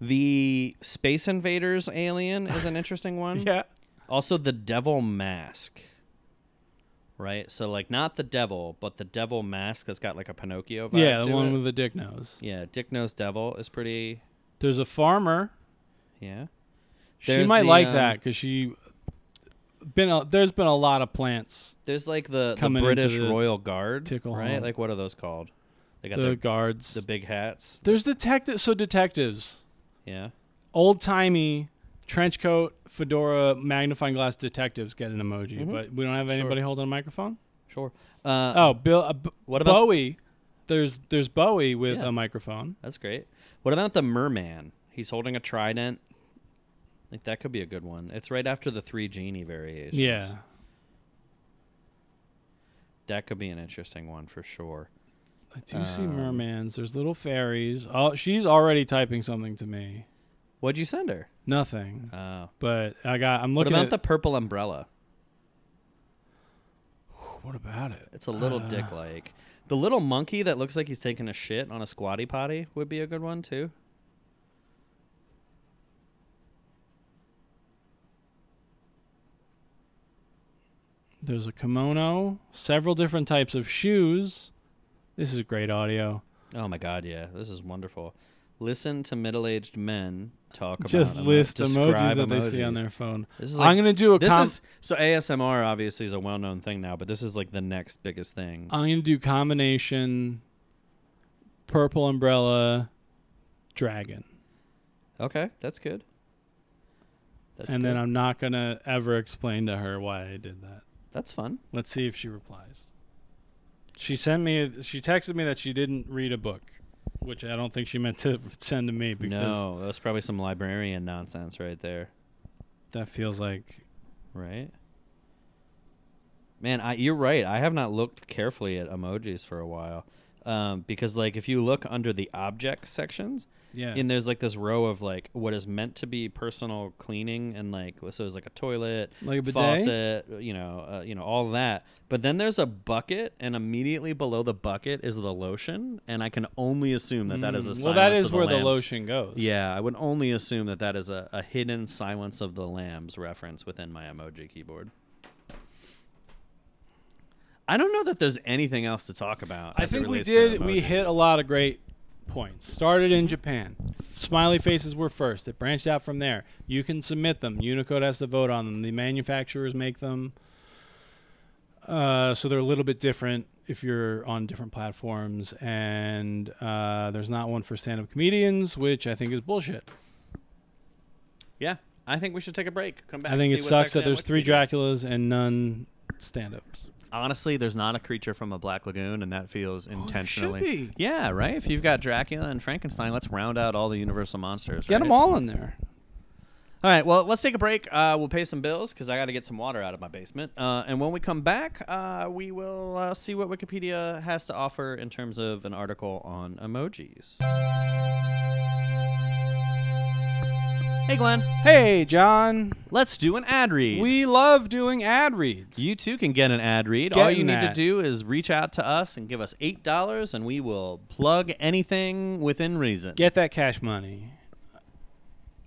S2: the Space Invaders alien is an interesting one.
S1: (laughs) Yeah.
S2: Also, the devil mask. Right? So, like, not the devil, but the devil mask that's got like a Pinocchio vibe.
S1: Yeah, the
S2: to
S1: one
S2: it.
S1: with the dick nose.
S2: Yeah, Dick Nose Devil is pretty.
S1: There's a farmer.
S2: Yeah.
S1: she
S2: There's
S1: might
S2: the,
S1: like
S2: um,
S1: that because she been a, there's been a lot of plants.
S2: There's like the, the
S1: Coming into
S2: British
S1: the
S2: Royal Guard.
S1: tickle
S2: right?
S1: hole.
S2: Like, what are those called? They got
S1: The
S2: the,
S1: guards.
S2: the big hats.
S1: there's detectives. So detectives.
S2: Yeah.
S1: old timey trench coat, fedora, magnifying glass detectives get an emoji,
S2: Mm-hmm.
S1: but we don't have anybody holding a microphone.
S4: Sure. Uh,
S1: Oh, Bill. Uh, B-
S4: What about-
S1: Bowie? There's there's Bowie with
S4: Yeah.
S1: a microphone.
S4: That's
S2: Great. What about the merman? He's holding a trident. I think that could be a good one. It's right after the three genie variations.
S1: Yeah,
S2: That could be an interesting one for sure.
S1: I do see
S2: Um,
S1: mermans. There's little fairies. Oh, she's already typing something to me.
S2: What'd you send her?
S1: Nothing,
S2: Uh,
S1: but I got. I'm
S2: what
S1: looking
S2: about
S1: at
S2: the purple umbrella?
S1: What about it?
S2: It's a little
S1: Uh,
S2: dick like. The little monkey that looks like he's taking a shit on a squatty potty would be a good one too.
S1: There's a kimono, several different types of shoes. This is great audio.
S2: Oh my god, yeah. This is wonderful. Listen to middle-aged men talk about
S1: Just
S2: emo-
S1: list emojis
S2: describe
S1: that they see on
S2: emojis.
S1: their phone.
S2: This is
S1: I'm
S2: like-
S1: gonna do a
S2: This
S1: com-
S2: is so ASMR obviously is a well-known thing now, but this is like the next biggest thing.
S1: I'm gonna do combination purple umbrella dragon.
S2: Okay, that's good. That's
S1: and then
S2: good.
S1: I'm not gonna ever explain to her why I did that.
S2: that's fun.
S1: Let's see if she replies. She sent me she texted me that she didn't read a book, which I don't think she meant to (laughs) send to me because
S2: No, that's probably some librarian nonsense right there,
S1: that feels like
S2: right? Man, I you're right. I have not looked carefully at emojis for a while. Um, because like if you look under the object sections,
S1: yeah.
S2: and there's like this row of like what is meant to be personal cleaning and like so there's like a toilet,
S1: Like a bidet?
S2: faucet, you know, uh, you know all that. But then there's a bucket, and immediately below the bucket is the lotion, and I can only assume that that is a
S1: Mm, well, that
S2: Silence
S1: is
S2: of
S1: where the
S2: Lambs-
S1: lotion goes.
S2: Yeah, I would only assume that that is a, a hidden Silence of the Lambs reference within my emoji keyboard. I don't know that there's anything else to talk about.
S1: I
S2: as it
S1: think we
S2: relates to
S1: did. We hit a
S2: emojis.
S1: lot of great points. Started in Japan. Smiley faces were first. It branched out from there. You can submit them. Unicode has to vote on them. The manufacturers make them. Uh, so they're a little bit different if you're on different platforms. And uh, there's not one for stand up comedians, which I think is bullshit.
S2: Yeah, I think we should take a break. Come back.
S1: I think
S2: see
S1: it
S2: what's
S1: sucks
S2: actually
S1: that
S2: on
S1: there's three
S2: Wikipedia.
S1: Draculas and none stand ups.
S2: honestly, there's not a creature from a Black Lagoon, and that feels intentionally.
S1: be.
S2: Yeah, right. If you've got Dracula and Frankenstein, let's round out all the Universal monsters.
S1: Get
S2: right?
S1: them all in there.
S2: All right. Well, let's take a break. Uh, we'll pay some bills because I got to get some water out of my basement. Uh, and when we come back, uh, we will uh, see what Wikipedia has to offer in terms of an article on emojis. Hey, Glenn.
S1: Hey, John.
S2: Let's do an ad read.
S1: We love doing ad reads.
S2: You too can get an ad read. All
S1: Getting
S2: you need to
S1: that.
S2: do is reach out to us and give us eight dollars, and we will plug anything within reason.
S1: get that cash money.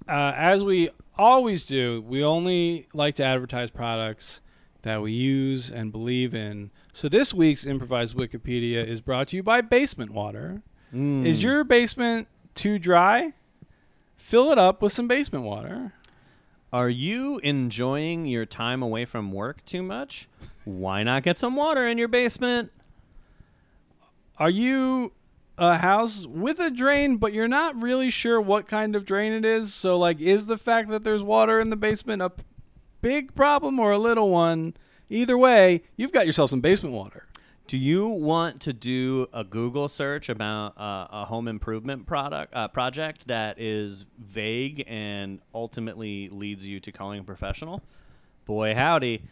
S1: Uh, as we always do, we only like to advertise products that we use and believe in. So this week's improvised Wikipedia is brought to you by Basement Water. Is your basement too dry? Fill it up with some basement water.
S2: Are you enjoying your time away from work too much? Why not get some water in your basement?
S1: Are you a house with a drain, but you're not really sure what kind of drain it is? So, like, is the fact that there's water in the basement a p- big problem or a little one? Either way, you've got yourself some basement water.
S2: Do you want to do a Google search about uh, a home improvement product uh, project that is vague and ultimately leads you to calling a professional? Boy, howdy!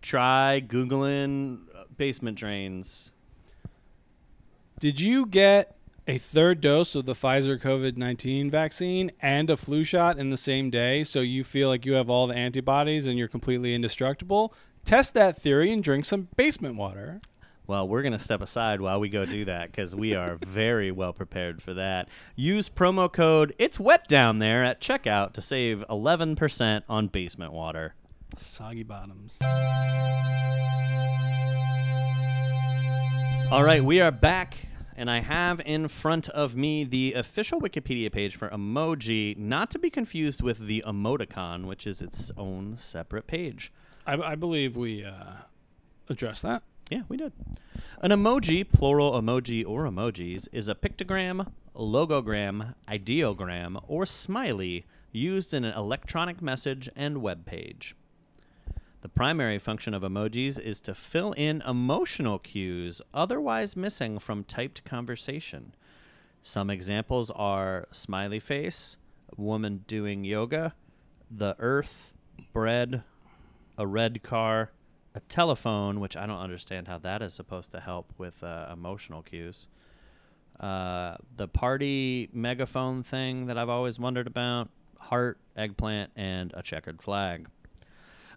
S2: Try googling uh, basement drains.
S1: Did you get a third dose of the Pfizer COVID 19 vaccine and a flu shot in the same day so you feel like you have all the antibodies and you're completely indestructible? Test that theory and drink some basement water.
S2: Well, we're going to step aside while we go do that because we are very well prepared for that. Use promo code It's Wet Down There at checkout to save 11% on basement water.
S1: Soggy bottoms.
S2: All right, we are back, and I have in front of me the official Wikipedia page for emoji, not to be confused with the emoticon, which is its own separate page.
S1: I, I believe we uh, addressed that.
S2: Yeah, we did. An emoji, plural emoji or emojis, is a pictogram, logogram, ideogram, or smiley used in an electronic message and web page. The primary function of emojis is to fill in emotional cues otherwise missing from typed conversation. Some examples are smiley face, woman doing yoga, the earth, bread, a red car, a telephone, which I don't understand how that is supposed to help with uh, emotional cues. Uh, the party megaphone thing that I've always wondered about, heart, eggplant, and a checkered flag.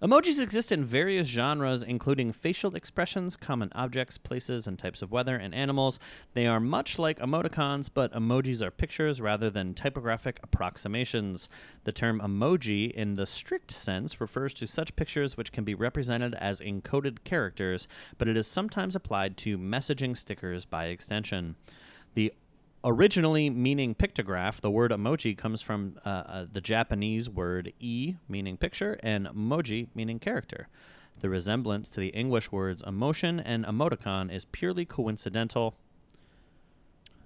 S2: Emojis exist in various genres, including facial expressions, common objects, places, and types of weather and animals. They are much like emoticons, but emojis are pictures rather than typographic approximations. The term emoji, in the strict sense, refers to such pictures which can be represented as encoded characters, but it is sometimes applied to messaging stickers by extension. The originally meaning pictograph, the word emoji comes from uh, uh, the Japanese word e, meaning picture, and moji, meaning character. The resemblance to the English words emotion and emoticon is purely coincidental.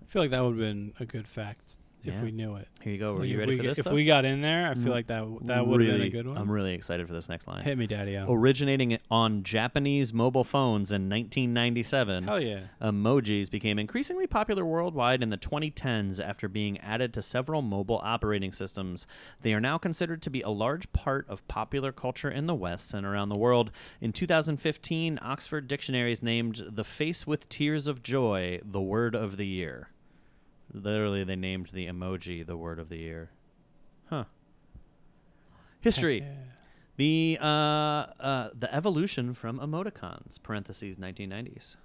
S1: I feel like that would have been a good fact if
S2: Yeah.
S1: we knew it.
S2: Here you go. Were
S1: Like,
S2: you
S1: if
S2: ready
S1: we
S2: for
S1: get-
S2: this?
S1: If
S2: though?
S1: we got in there, I feel like that that would have been
S2: Really-
S1: a good one.
S2: I'm really Oh, excited for this next line.
S1: Hit me, Daddy.
S2: Originating on Japanese mobile phones in 1997.
S1: Hell yeah!
S2: Emojis became increasingly popular worldwide in the 2010s after being added to several mobile operating systems. They are now considered to be a large part of popular culture in the West and around the world. In 2015, Oxford Dictionaries named the face with tears of joy the word of the year. Literally, they named the emoji the word of the year. Huh. History.
S1: Heck
S2: The uh, uh, the evolution from emoticons (parentheses 1990s).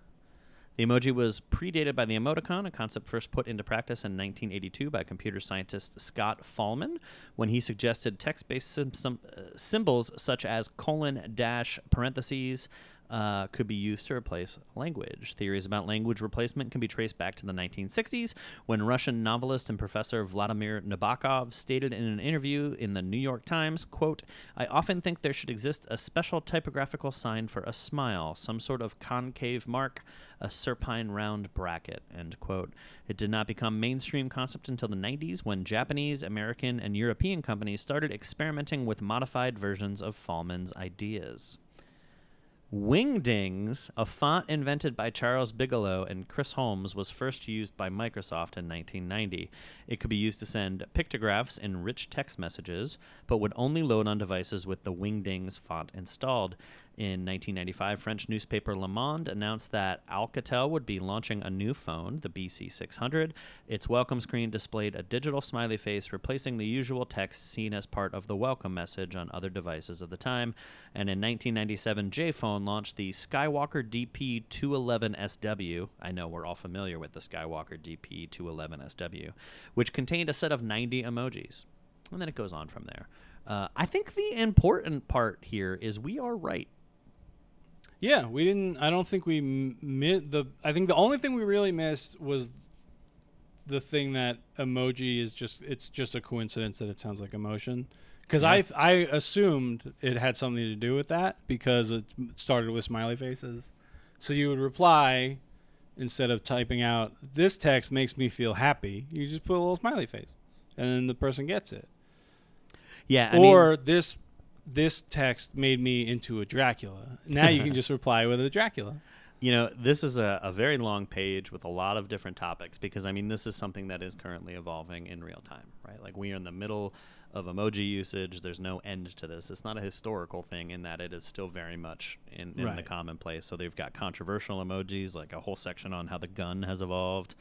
S2: The emoji was predated by the emoticon, a concept first put into practice in 1982 by computer scientist Scott Fallman when he suggested text-based sym- sym- uh, symbols such as colon dash parentheses uh, could be used to replace language. Theories about language replacement can be traced back to the 1960s when Russian novelist and professor Vladimir Nabokov stated in an interview in the New York Times, quote, I often think there should exist a special typographical sign for a smile, some sort of concave mark, a serpine round bracket, end quote. It did not become mainstream concept until the 90s when Japanese, American, and European companies started experimenting with modified versions of Fallman's ideas. Wingdings, a font invented by Charles Bigelow and Chris Holmes, was first used by Microsoft in 1990. It could be used to send pictographs in rich text messages, but would only load on devices with the Wingdings font installed. In 1995, French newspaper Le Monde announced that Alcatel would be launching a new phone, the BC600. Its welcome screen displayed a digital smiley face, replacing the usual text seen as part of the welcome message on other devices of the time. And in 1997, JPhone launched the Skywalker DP211SW. I know we're all familiar with the Skywalker DP211SW, which contained a set of 90 emojis. And then it goes on from there. Uh, I think the important part here is we are right.
S1: Yeah, we didn't. I don't think we m- mi- the. I think the only thing we really missed was the thing that emoji is just. It's just a coincidence that it sounds like emotion. Because I th- I assumed it had something to do with that because it m- started with smiley faces, so you would reply instead of typing out this text makes me feel happy. You just put a little smiley face, and then the person gets it.
S2: Yeah. I mean,
S1: or this this text made me into a Dracula. Now you can just reply with a Dracula.
S2: you know, this is a, a very long page with a lot of different topics because, I mean, this is something that is currently evolving in real time, right? Like, we are in the middle of emoji usage. There's no end to this. It's not a historical thing in that it is still very much in, in the
S1: Right.
S2: commonplace. So, they've got controversial emojis, like a whole section on how the gun has evolved.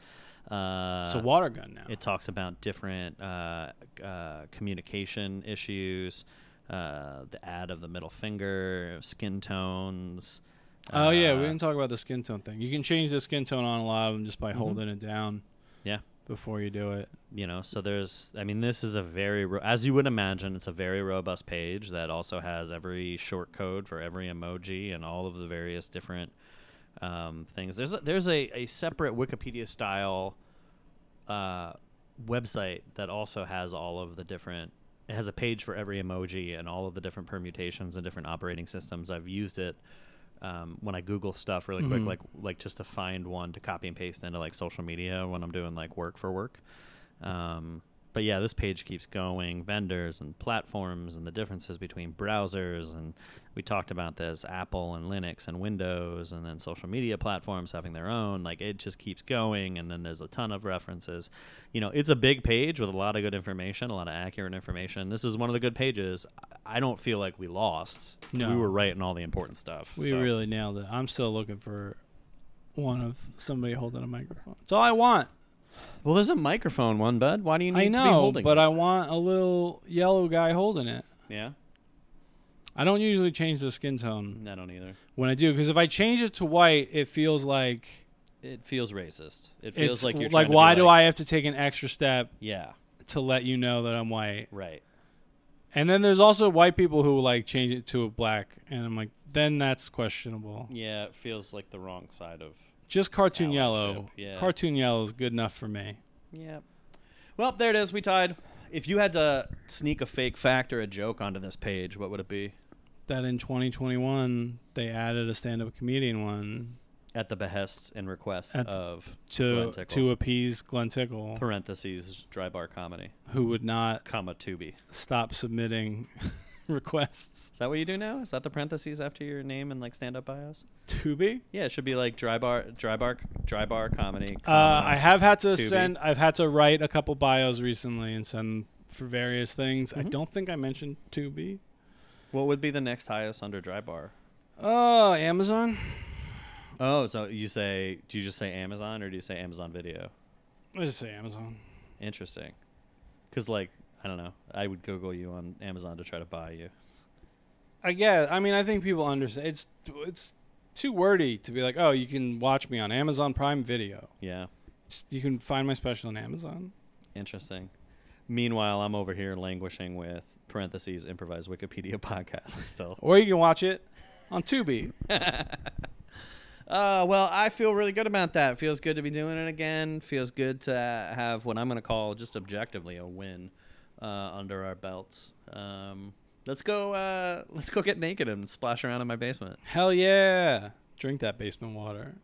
S2: Uh,
S1: It's a water gun now.
S2: it talks about different uh, uh, communication issues, uh, the ad of the middle finger, skin tones.
S1: oh yeah, we
S2: uh,
S1: didn't talk about the skin tone thing. You can change the skin tone on a lot of them just by holding it down
S2: Yeah,
S1: before you do it.
S2: you know, so there's. I mean, this is a very, ro- as you would imagine, it's a very robust page that also has every short code for every emoji and all of the various different um, things. There's a, there's a, a separate Wikipedia style uh, website that also has all of the different. It has a page for every emoji and all of the different permutations and different operating systems. I've used it um, when I Google stuff really quick, like like just to find one to copy and paste into like social media when I'm doing like work for work. Um, but yeah, this page keeps going. Vendors and platforms and the differences between browsers and we talked about this Apple and Linux and Windows and then social media platforms having their own. Like it just keeps going and then there's a ton of references. You know, it's a big page with a lot of good information, a lot of accurate information. This is one of the good pages. I I don't feel like we lost.
S1: No.
S2: We were right in all the important stuff.
S1: We
S2: so.
S1: really nailed it. I'm still looking for one of somebody holding a microphone. It's all I want.
S5: Well, there's a microphone one, bud. Why do you need
S1: I
S5: to be
S1: know,
S5: holding?
S1: but
S5: it?
S1: I want a little yellow guy holding it.
S2: Yeah.
S1: I don't usually change the skin tone
S2: I don't either.
S1: when I do because if I change it to white, it feels like
S2: It feels racist. It feels
S1: it's
S2: like you're
S1: like why do I have to take an extra step
S2: Yeah.
S1: to let you know that I'm white?
S2: Right.
S1: And then there's also white people who like change it to a black, and I'm like, then that's questionable.
S2: Yeah, it feels like the wrong side of.
S1: Just cartoon
S2: Allyship,
S1: yellow.
S2: yeah.
S1: Cartoon yellow is good enough for me.
S2: Yeah. Well, there it is. We tied. If you had to sneak a fake fact or a joke onto this page, what would it be?
S1: That in 2021 they added a stand-up comedian one
S2: At the behest and request
S1: At-
S2: of
S1: to
S2: Glenn Tickle.
S1: to appease Glenn Tickle,
S2: parentheses dry bar comedy
S1: who would not
S2: comma tubi.
S1: stop submitting (laughs) requests.
S2: Is that what you do now? Is that the parentheses after your name and like stand up bios?
S1: To be.
S2: Yeah, it should be like dry bar dry bar dry bar comedy.
S1: Uh, I have had to
S2: Tubi.
S1: send. I've had to write a couple bios recently and send for various things.
S2: Mm-hmm.
S1: I don't think I mentioned Tubi.
S2: what would be the next highest under dry bar?
S1: Oh, Amazon.
S2: Oh, so you say do you just say Amazon or do you say Amazon Video?
S1: I just say Amazon.
S2: Interesting. Cuz like, I don't know. I would google you on Amazon to try to buy you.
S1: I guess. I mean, I think people understand. It's it's too wordy to be like, oh, you can watch me on Amazon Prime Video.
S2: Yeah.
S1: Just- You can find my special on Amazon.
S2: Interesting. Meanwhile, I'm over here languishing with parentheses improvised Wikipedia (laughs) podcast still.
S1: Or you can watch it on Tubi.
S5: Uh, well, I feel really good about that. Feels good to be doing it again. Feels good to have what I'm going to call just objectively a win uh, under our belts. Um, let's go. Uh, let's go get naked and splash around in my basement.
S1: Hell yeah. Drink that basement water.